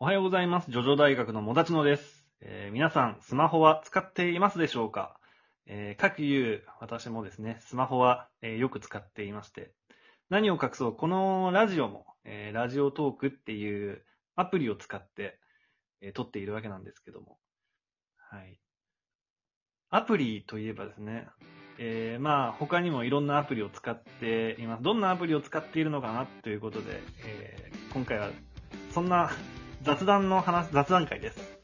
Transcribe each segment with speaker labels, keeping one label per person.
Speaker 1: おはようございます。ジョジョ大学のもだちのです。えー皆さん、スマホは使っていますでしょうか、えー各言う、私もですね、スマホは、えーよく使っていまして、何を隠そう、このラジオも、えーラジオトークっていうアプリを使って、えー撮っているわけなんですけども。はい。アプリといえばですね、えーまあ、他にもいろんなアプリを使っています。どんなアプリを使っているのかなということで、えー今回は、そんな雑談の話、雑談会です。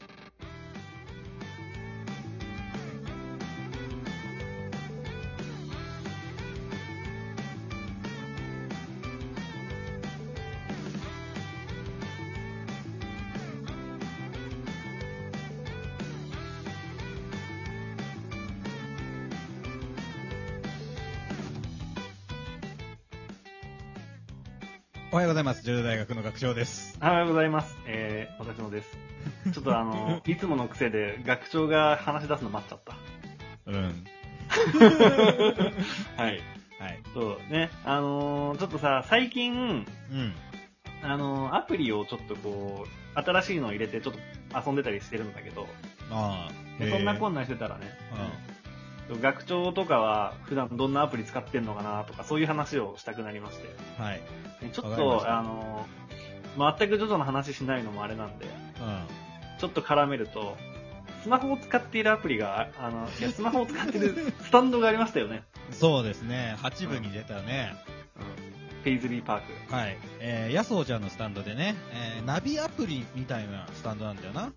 Speaker 2: おはようございます。ジョジョ大学の学長です。
Speaker 1: おはようございます。えー、私の です。ちょっとあの、いつもの癖で学長が話し出すの待っちゃっ
Speaker 2: うん。は
Speaker 1: た。はい。
Speaker 2: い。
Speaker 1: そうね。あのーちょっとさ、最近、
Speaker 2: うん。
Speaker 1: あのーアプリをちょっとこう、新しいのを入れてちょっと遊んでたりしてるんだけど、
Speaker 2: ああ。
Speaker 1: でそんなこ
Speaker 2: ん
Speaker 1: んなんしてたらね、うん学長とかは普段どんなアプリ使ってんのかなとか、そういう話をしたくなりまして。
Speaker 2: はい。
Speaker 1: ちょっ
Speaker 2: わかりまし
Speaker 1: と、
Speaker 2: た
Speaker 1: あのー全くジョジョの話しないのもあれなんで、ちょっと絡めると、スマホを使っているアプリが、ああの、いや、スマホを使っているスタンドがありましたよね。
Speaker 2: うん。そうですね。8部に出たね。
Speaker 1: ペイズリーパーク。
Speaker 2: はい。えー、ヤソちゃんのスタンドでね、えー、ナビアプリみたいなスタンドなんだよな。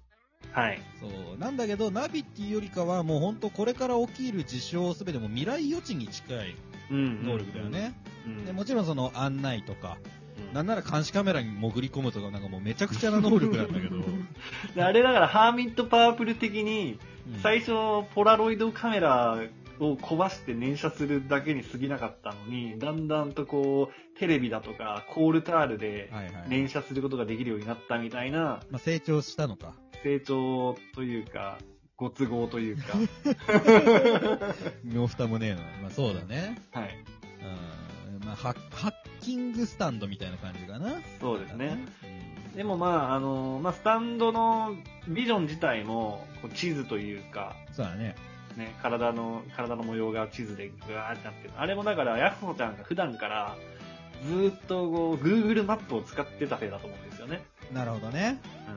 Speaker 1: はい。
Speaker 2: そう。なんだけど、ナビっていうよりかは、もうほんとこれから起きる事象すべてもう未来予知に近い
Speaker 1: うん
Speaker 2: 能力だよ。ね。
Speaker 1: うん。
Speaker 2: でもちろんその案内とか、
Speaker 1: うん
Speaker 2: なんなら監視カメラに潜り込むとか、なんかもうめちゃくちゃな能力なんだけど。
Speaker 1: であれだから、ハーミットパープル的に、
Speaker 2: うん
Speaker 1: 最初、ポラロイドカメラを壊して連射するだけに過ぎなかったのに、だんだんとこう、テレビだとか、コールタールで
Speaker 2: はいはい。
Speaker 1: 連射することができるようになったみたいな、
Speaker 2: まあ、成長したの か。
Speaker 1: 成長というか、ご都合という か、
Speaker 2: 身も蓋もねえな。まあ、そうだね。
Speaker 1: はい。
Speaker 2: うん。まあ、ハッハッキングスタンドみたいな感じかな。
Speaker 1: そうですね。でもまあ、あの、まあ、スタンドのビジョン自体も、こう地図というか、
Speaker 2: うん。そうだね。
Speaker 1: ね、体の、体の模様が地図でぐわーってなってる。あれもだから、ヤッホーちゃんが普段から、ずーっとこう、Google マップを使ってたせいだと思うんですよね。
Speaker 2: なるほどね。
Speaker 1: う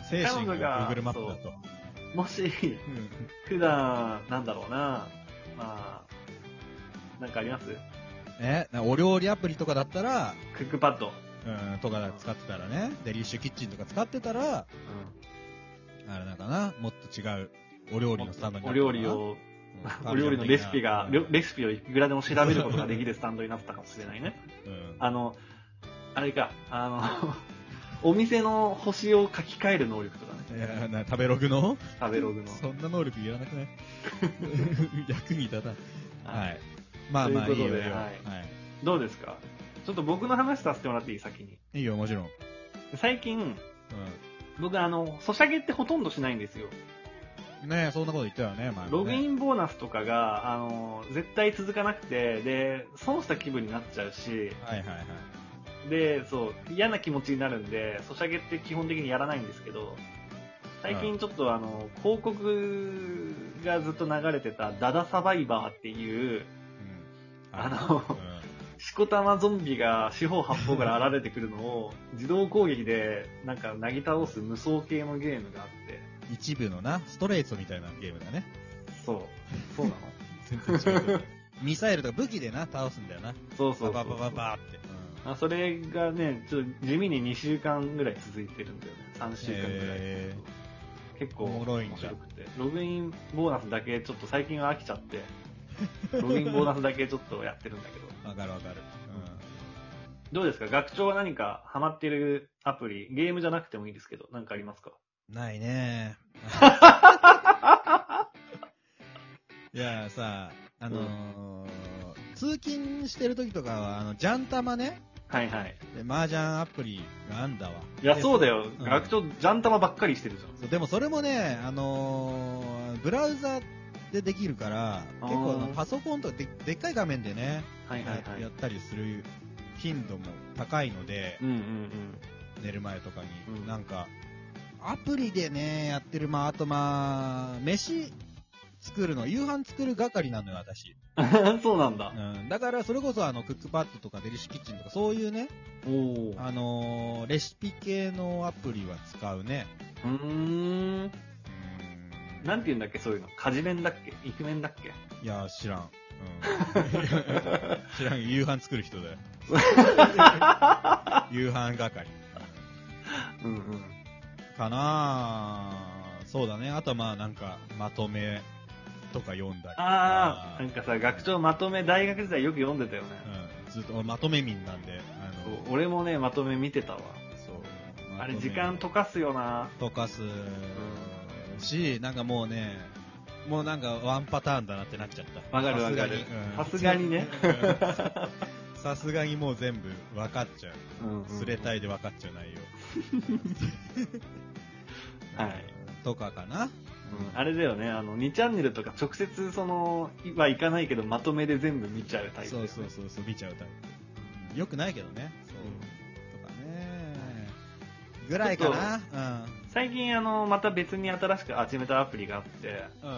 Speaker 2: うん。精神が Google マップだと。
Speaker 1: ん、もし、
Speaker 2: うん
Speaker 1: 普段、なんだろうな、まあ、なんかあります
Speaker 2: え、なお料理アプリとかだったら、
Speaker 1: クックパッド。
Speaker 2: うん、とか使ってたらね、デリッシュキッチンとか使ってたら、あれなんかな、もっと違う、お料理のスタンドに
Speaker 1: お
Speaker 2: な
Speaker 1: お
Speaker 2: ってた
Speaker 1: 料
Speaker 2: かな
Speaker 1: 理、を、
Speaker 2: うん
Speaker 1: お料理のレシピが、
Speaker 2: うん
Speaker 1: レレシピをいくらでも調べることができるスタンドになったかもしれないね。
Speaker 2: うん
Speaker 1: あの、あれか、あの、 お店の星を書き換える能力とかね。
Speaker 2: いやな食べログの
Speaker 1: 食べログの。
Speaker 2: そんな能力いらな くない 役に立たない。は
Speaker 1: はい
Speaker 2: い。まあまあ、
Speaker 1: とい
Speaker 2: いうい
Speaker 1: こと
Speaker 2: よ、い
Speaker 1: で
Speaker 2: いよ。
Speaker 1: は
Speaker 2: はい
Speaker 1: どうですかちょっと僕の話させてもらっていい先に。
Speaker 2: い。いいよ、もちろん。うん。
Speaker 1: 最近、僕あの、ソシャゲってほとんどしないんですよ。
Speaker 2: ねえ、そんなこと言ってたよね、前もね。
Speaker 1: ログインボーナスとかが、あの、絶対続かなくて、で、損した気分になっちゃうし、
Speaker 2: はいはいはい。
Speaker 1: で、そう、嫌な気持ちになるんで、ソシャゲって基本的にやらないんですけど、最近ちょっとあの、広告がずっと流れてた、ダダサバイバーっていう、
Speaker 2: うん。
Speaker 1: あの
Speaker 2: うん、
Speaker 1: しこたまゾンビが四方八方から現れてくるのを、自動攻撃で、なんか、なぎ倒す無双系のゲームがあって、
Speaker 2: 一部のな、ストレートみたいなゲームだね。
Speaker 1: そう。そうなの
Speaker 2: 全然違うけど。ミサイルとか武器でな、倒すんだよな。
Speaker 1: そうそうそう
Speaker 2: バババババーって。
Speaker 1: あそれがね、ちょっと地味に2週間ぐらい続いてるんだよね。3週間ぐらい。
Speaker 2: へ
Speaker 1: 結構
Speaker 2: おもろいんだ
Speaker 1: 面白くて。ログインボーナスだけちょっと最近は飽きちゃ って、ログインボーナスだけちょっとやってるんだけど。
Speaker 2: うん。わかるわかる。
Speaker 1: どうですか学長は何かハマってるアプリ、ゲームじゃなくてもいいですけど、何かありますか
Speaker 2: うん。な いねいや、さ、あのー、通勤してる時とかは、あの、ジャンタマね。
Speaker 1: はいはい。
Speaker 2: で、麻雀アプリがあんだわ。
Speaker 1: いや、
Speaker 2: で
Speaker 1: そうだよ。
Speaker 2: うん
Speaker 1: 学長、ジャンタマばっかりしてるじゃん。
Speaker 2: そうでもそれもね、あのーブラウザでできるから、
Speaker 1: あー
Speaker 2: 結構あのパソコンとかででっかい画面でね、
Speaker 1: はいはいは
Speaker 2: やや
Speaker 1: い
Speaker 2: っ。たりする頻度も高いので
Speaker 1: う、んうん
Speaker 2: 寝る前とかに、
Speaker 1: うん
Speaker 2: なんか、アプリでね、やってる、まあ、あとまあ、飯作るの、夕飯作る係なのよ、私。
Speaker 1: そうなん だ。
Speaker 2: うん。だから、それこそ、あの、クックパッドとか、デリシュキッチンとか、そういうね、
Speaker 1: おお。
Speaker 2: あのーレシピ系のアプリは使うね。
Speaker 1: うーん。
Speaker 2: う
Speaker 1: なんて言うんだっけ、そういうの。家事面だっけイクメンだっけ
Speaker 2: いや、知らん。うん。 知らん。夕飯作る人だよ。夕飯係。
Speaker 1: うんうん。
Speaker 2: かなぁそうだね。あとはまあなんか、まとめとか読んだりと
Speaker 1: あ
Speaker 2: か。
Speaker 1: あ、なんかさ、学長まとめ、大学時代よく読んでたよね。
Speaker 2: うん。ずっと、俺まとめ民なんで、あ
Speaker 1: そう
Speaker 2: の、
Speaker 1: 俺もね、まとめ見てたわ。
Speaker 2: そう
Speaker 1: あれ、時間
Speaker 2: と
Speaker 1: 溶かすよな。
Speaker 2: 溶かすし、なんかもうね、もうなんかワンパターンだなってなっちゃった。
Speaker 1: わかるわかるさ
Speaker 2: さす
Speaker 1: す
Speaker 2: が
Speaker 1: が
Speaker 2: に
Speaker 1: にね。
Speaker 2: うんさすがにもう全部分かっちゃう。
Speaker 1: うん
Speaker 2: すれたいで分かっちゃう内容。
Speaker 1: はい。
Speaker 2: とかかな。
Speaker 1: うんあれだよね、あの、2チャンネルとか直接、その、はいかないけど、まとめで全部見ちゃうタイプだ
Speaker 2: そ
Speaker 1: よ
Speaker 2: う
Speaker 1: ね。
Speaker 2: そうそうそう、見ちゃうタイプ。よくないけどね。そうとかね。ぐらいかな。
Speaker 1: 最近、あの、また別に新しく始めたアプリがあって、
Speaker 2: うん。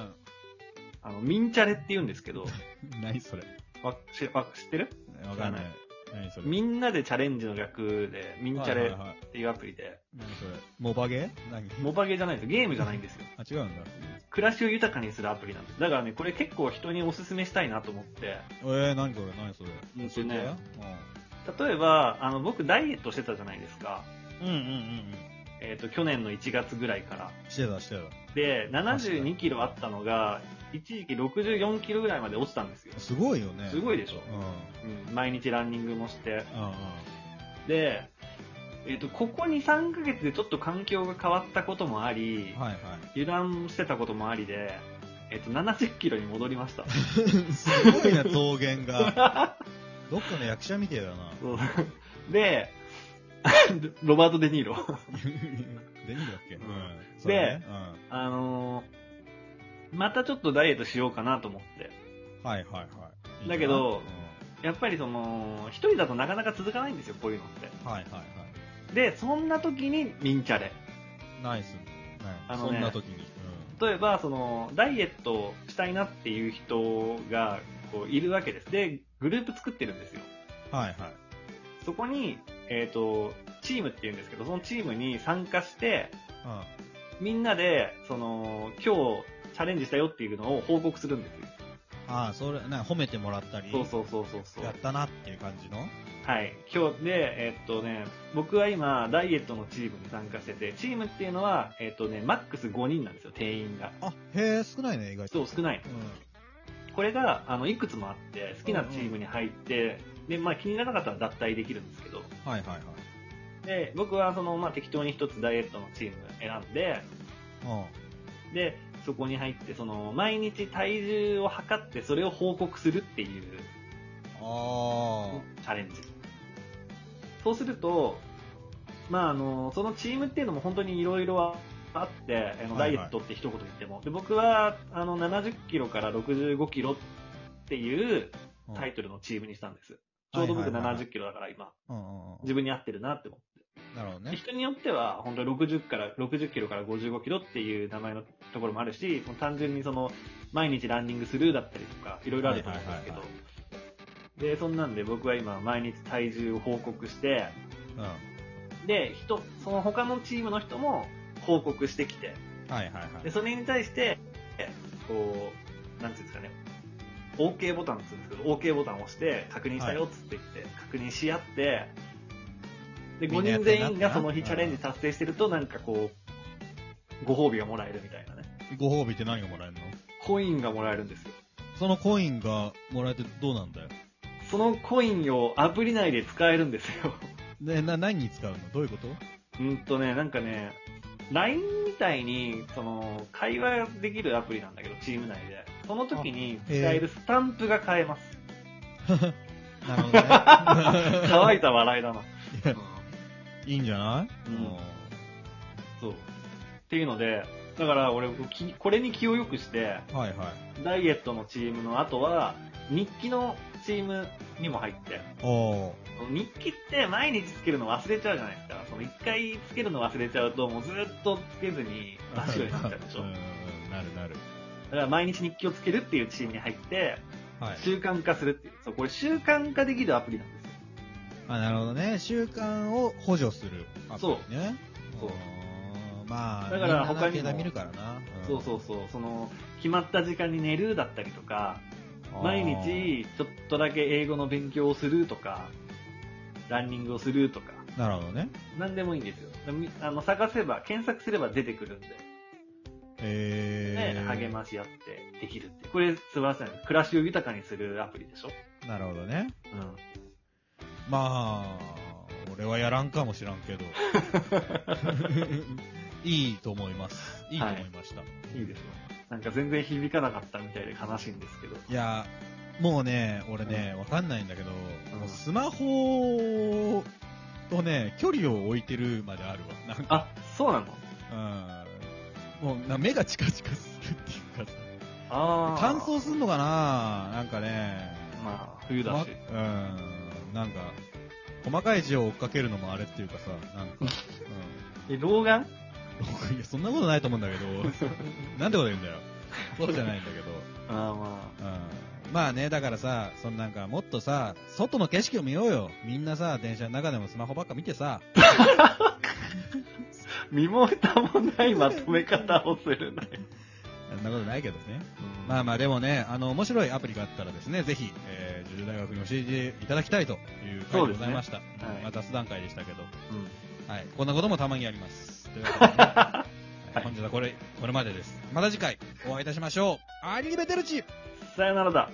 Speaker 1: あの、ミンチャレって言うんですけ ど、
Speaker 2: うん。何それ。
Speaker 1: わしわ知ってる
Speaker 2: わかんない。何それ。
Speaker 1: みんなでチャレンジの略で、ミンチャ
Speaker 2: はい
Speaker 1: レ
Speaker 2: はいはい
Speaker 1: っていうアプリで、
Speaker 2: 何それ。モバゲー何
Speaker 1: モバゲーじゃないんですよ。ゲームじゃないんですよ。
Speaker 2: あ、違うんだ。
Speaker 1: 暮らしを豊かにするアプリなんです。だからね、これ結構人におすすめしたいなと思って、
Speaker 2: えー、何これ何それ。
Speaker 1: うんとね
Speaker 2: 教えてよ
Speaker 1: 例えば、あの、僕ダイエットしてたじゃないですか。
Speaker 2: うんうんうんうん。
Speaker 1: えっ、と、去年の1月ぐらいから。
Speaker 2: してたして
Speaker 1: で、72キロあったのが、一時期64キロぐらいまで落ちたんですよ
Speaker 2: た。。すごいよね。
Speaker 1: すごいでしょ
Speaker 2: うん。うんうん。
Speaker 1: うん、毎日ランニングもして。で、えっ、と、ここ2、3ヶ月でちょっと環境が変わったこともあり、
Speaker 2: はいはい。
Speaker 1: 油断してたこともありで、えっ、と、70キロに戻りました。
Speaker 2: すごいな、増減が。どっかの役者みてえだな。
Speaker 1: そうで、ロバート・デ・ニーロ。
Speaker 2: デニーだっけ
Speaker 1: ん
Speaker 2: そうだねうん。
Speaker 1: あのーまたちょっとダイエットしようかなと思って。
Speaker 2: はいはいはい。いいな
Speaker 1: だけど
Speaker 2: う
Speaker 1: やっぱりその、一人だとなかなか続かないんですよ、こういうのっ
Speaker 2: んはいはいは
Speaker 1: て。で、そんな時にミンチャレ。
Speaker 2: い。ナイス。
Speaker 1: あの
Speaker 2: そ
Speaker 1: ね
Speaker 2: んな時に。
Speaker 1: 例えば、その、ダイエットしたいなっていう人が、こう、いるわけです。で、グループ作ってるんですよ。
Speaker 2: うんはいはい。
Speaker 1: そこに、えっ、と、チームって言うんですけど、そのチームに参加して、みんなで、その、今日チャレンジしたよっていうのを報告するんですよ。
Speaker 2: ああ、それ、な褒めてもらったり、
Speaker 1: そうそうそうそうそう
Speaker 2: やっ。たなっていう感じの。
Speaker 1: はい。今日で、えっとね、僕は今、ダイエットのチームに参加してて、チームっていうのは、えっとね、マックス5人なんですよ、定員が。
Speaker 2: あ、へえ、少ないね、意外と。
Speaker 1: そう、少ない。
Speaker 2: う
Speaker 1: これが、あの、いくつもあって、好きなチームに入って、で、まあ気にならなかったら脱退できるんですけど、
Speaker 2: ん。はいはいはい。
Speaker 1: で、僕はその、まあ適当に一つダイエットのチーム選んで、
Speaker 2: うん。
Speaker 1: で、そこに入って、その、毎日体重を測って、それを報告するっていう
Speaker 2: あ
Speaker 1: チャレンジ。そうすると、まあ、あの、そのチームっていうのも本当にいろいろあって、あの
Speaker 2: は
Speaker 1: ダ
Speaker 2: いは
Speaker 1: イ
Speaker 2: い
Speaker 1: エットって一言言っても。で、僕は、あの、70キロから65キロっていう
Speaker 2: あ。
Speaker 1: タイ
Speaker 2: ト
Speaker 1: トルのチームにしたんです。ちょうど僕
Speaker 2: はいはいはいはい
Speaker 1: 70キロだから今、
Speaker 2: ル。うんうんう
Speaker 1: 自分に合ってるなって思って。
Speaker 2: ん。なるほど
Speaker 1: で
Speaker 2: ね。
Speaker 1: 人によっては、本当に60から、60キロから55キロっていう名前のところもあるし、もう単純にその、毎日ランニングするだったりとか、いろいろあると思うんですけど
Speaker 2: はいは。
Speaker 1: で、そんなんで僕は今、毎日体重を報告して、
Speaker 2: うん。はい
Speaker 1: で、人、その他のチームの人も報告してきて、
Speaker 2: はいはい
Speaker 1: で、。それに対して、えこう、なんていうんですかね、OK ボタンって言うんですけど、OK ボタンを押して、確認したよっつって言って、確認し合って、で、
Speaker 2: みんなや
Speaker 1: 5
Speaker 2: っ
Speaker 1: 人
Speaker 2: てんな
Speaker 1: 全員がその
Speaker 2: う
Speaker 1: 日
Speaker 2: ん
Speaker 1: チャレンジ達成してると、なんかこう、ご褒美がもらえるみたいなね。
Speaker 2: ご褒美って何がもらえるの
Speaker 1: コインがもらえるんですよ。
Speaker 2: そのコインがもらえてどうなんだよ。
Speaker 1: そのコインをアプリ内で使えるんですよ。
Speaker 2: ね、な、何に使うのどういうこと
Speaker 1: うんとね、なんかね、LINE みたいに、その、会話できるアプリなんだけど、チーム内で。その時に使えるスタンプが買えます。
Speaker 2: なるほど ね。
Speaker 1: 乾いた笑いだな。うん
Speaker 2: いいんじゃな
Speaker 1: う
Speaker 2: い
Speaker 1: ん
Speaker 2: も
Speaker 1: そう。っていうので、だから俺、きこれに気を良くして、
Speaker 2: うはいはい。
Speaker 1: ダイエットのチームの後は、日記のチームにも入って、
Speaker 2: おー
Speaker 1: その日記って毎日つけるの忘れちゃうじゃないですか。その一回つけるの忘れちゃうと、もうずっとつけずに真っ白になっちゃうでしょ。
Speaker 2: うん
Speaker 1: だ
Speaker 2: うんなるなる。
Speaker 1: から毎日日記をつけるっていうチームに入って、
Speaker 2: はい。
Speaker 1: 習慣化するっていう。そう、これ習慣化できるアプリなんですよ。
Speaker 2: あ、なるほどね。習慣を補助するアプリね。
Speaker 1: そうそう
Speaker 2: うーん。まあ、
Speaker 1: だから
Speaker 2: みんな
Speaker 1: 他にも
Speaker 2: 携帯見るからな。
Speaker 1: そうそうそう。その、決まった時間に寝るだったりとか、毎日ちょっとだけ英語の勉強をするとか、ランニングをするとか、
Speaker 2: あー。なるほどね。
Speaker 1: 何でもいいんですよ。でみあの探せば、検索すれば出てくるんで、
Speaker 2: え
Speaker 1: ね、
Speaker 2: ー。
Speaker 1: 励まし合ってできるって。これ素晴らしいね。暮らしを豊かにするアプリでしょ
Speaker 2: なるほどね。
Speaker 1: うん。
Speaker 2: まあ、俺はやらんかもしらん けど。いいと思います。いいと思いました。
Speaker 1: いいですね。なんか全然響かなかったみたいで悲しいんですけど。
Speaker 2: いや、もうね、俺ね、わかんないんだけど、
Speaker 1: うん
Speaker 2: もうスマホとね、距離を置いてるまであるわ。なん
Speaker 1: あ
Speaker 2: か、、
Speaker 1: そうなの
Speaker 2: うん。もうな、目がチカチカするっていうかさ、
Speaker 1: ああ。
Speaker 2: 乾燥すんのかななんかね、
Speaker 1: まあ、冬だし。
Speaker 2: まうん、なんか、細かい字を追っかけるのもあれっていうかさ、なんか、
Speaker 1: え、老眼
Speaker 2: うん。い や、そんなことないと思うんだけ ど、なんてこと言うんだよ。そうじゃないんだけど。
Speaker 1: ああま
Speaker 2: うんまあね、だからさ、そのなんかもっとさ、外の景色を見ようよ。みんなさ、電車の中でもスマホばっか見てさ。
Speaker 1: あ。見漏れたもないまとめ方をするね。
Speaker 2: そんなことないけどね。まあまあでもね、あの、面白いアプリがあったらですね、ぜひ、えー、ジュジュ大学に教えていただきたいという回でございました。
Speaker 1: すねはい
Speaker 2: まあ雑談会でしたけど。
Speaker 1: うん。
Speaker 2: はい。こんなこともたまにあります。ということでねはい
Speaker 1: はい
Speaker 2: 本日はこれ、これまでです。また次回、お会いいたしましょう。アリリベテルチ
Speaker 1: さよならだ。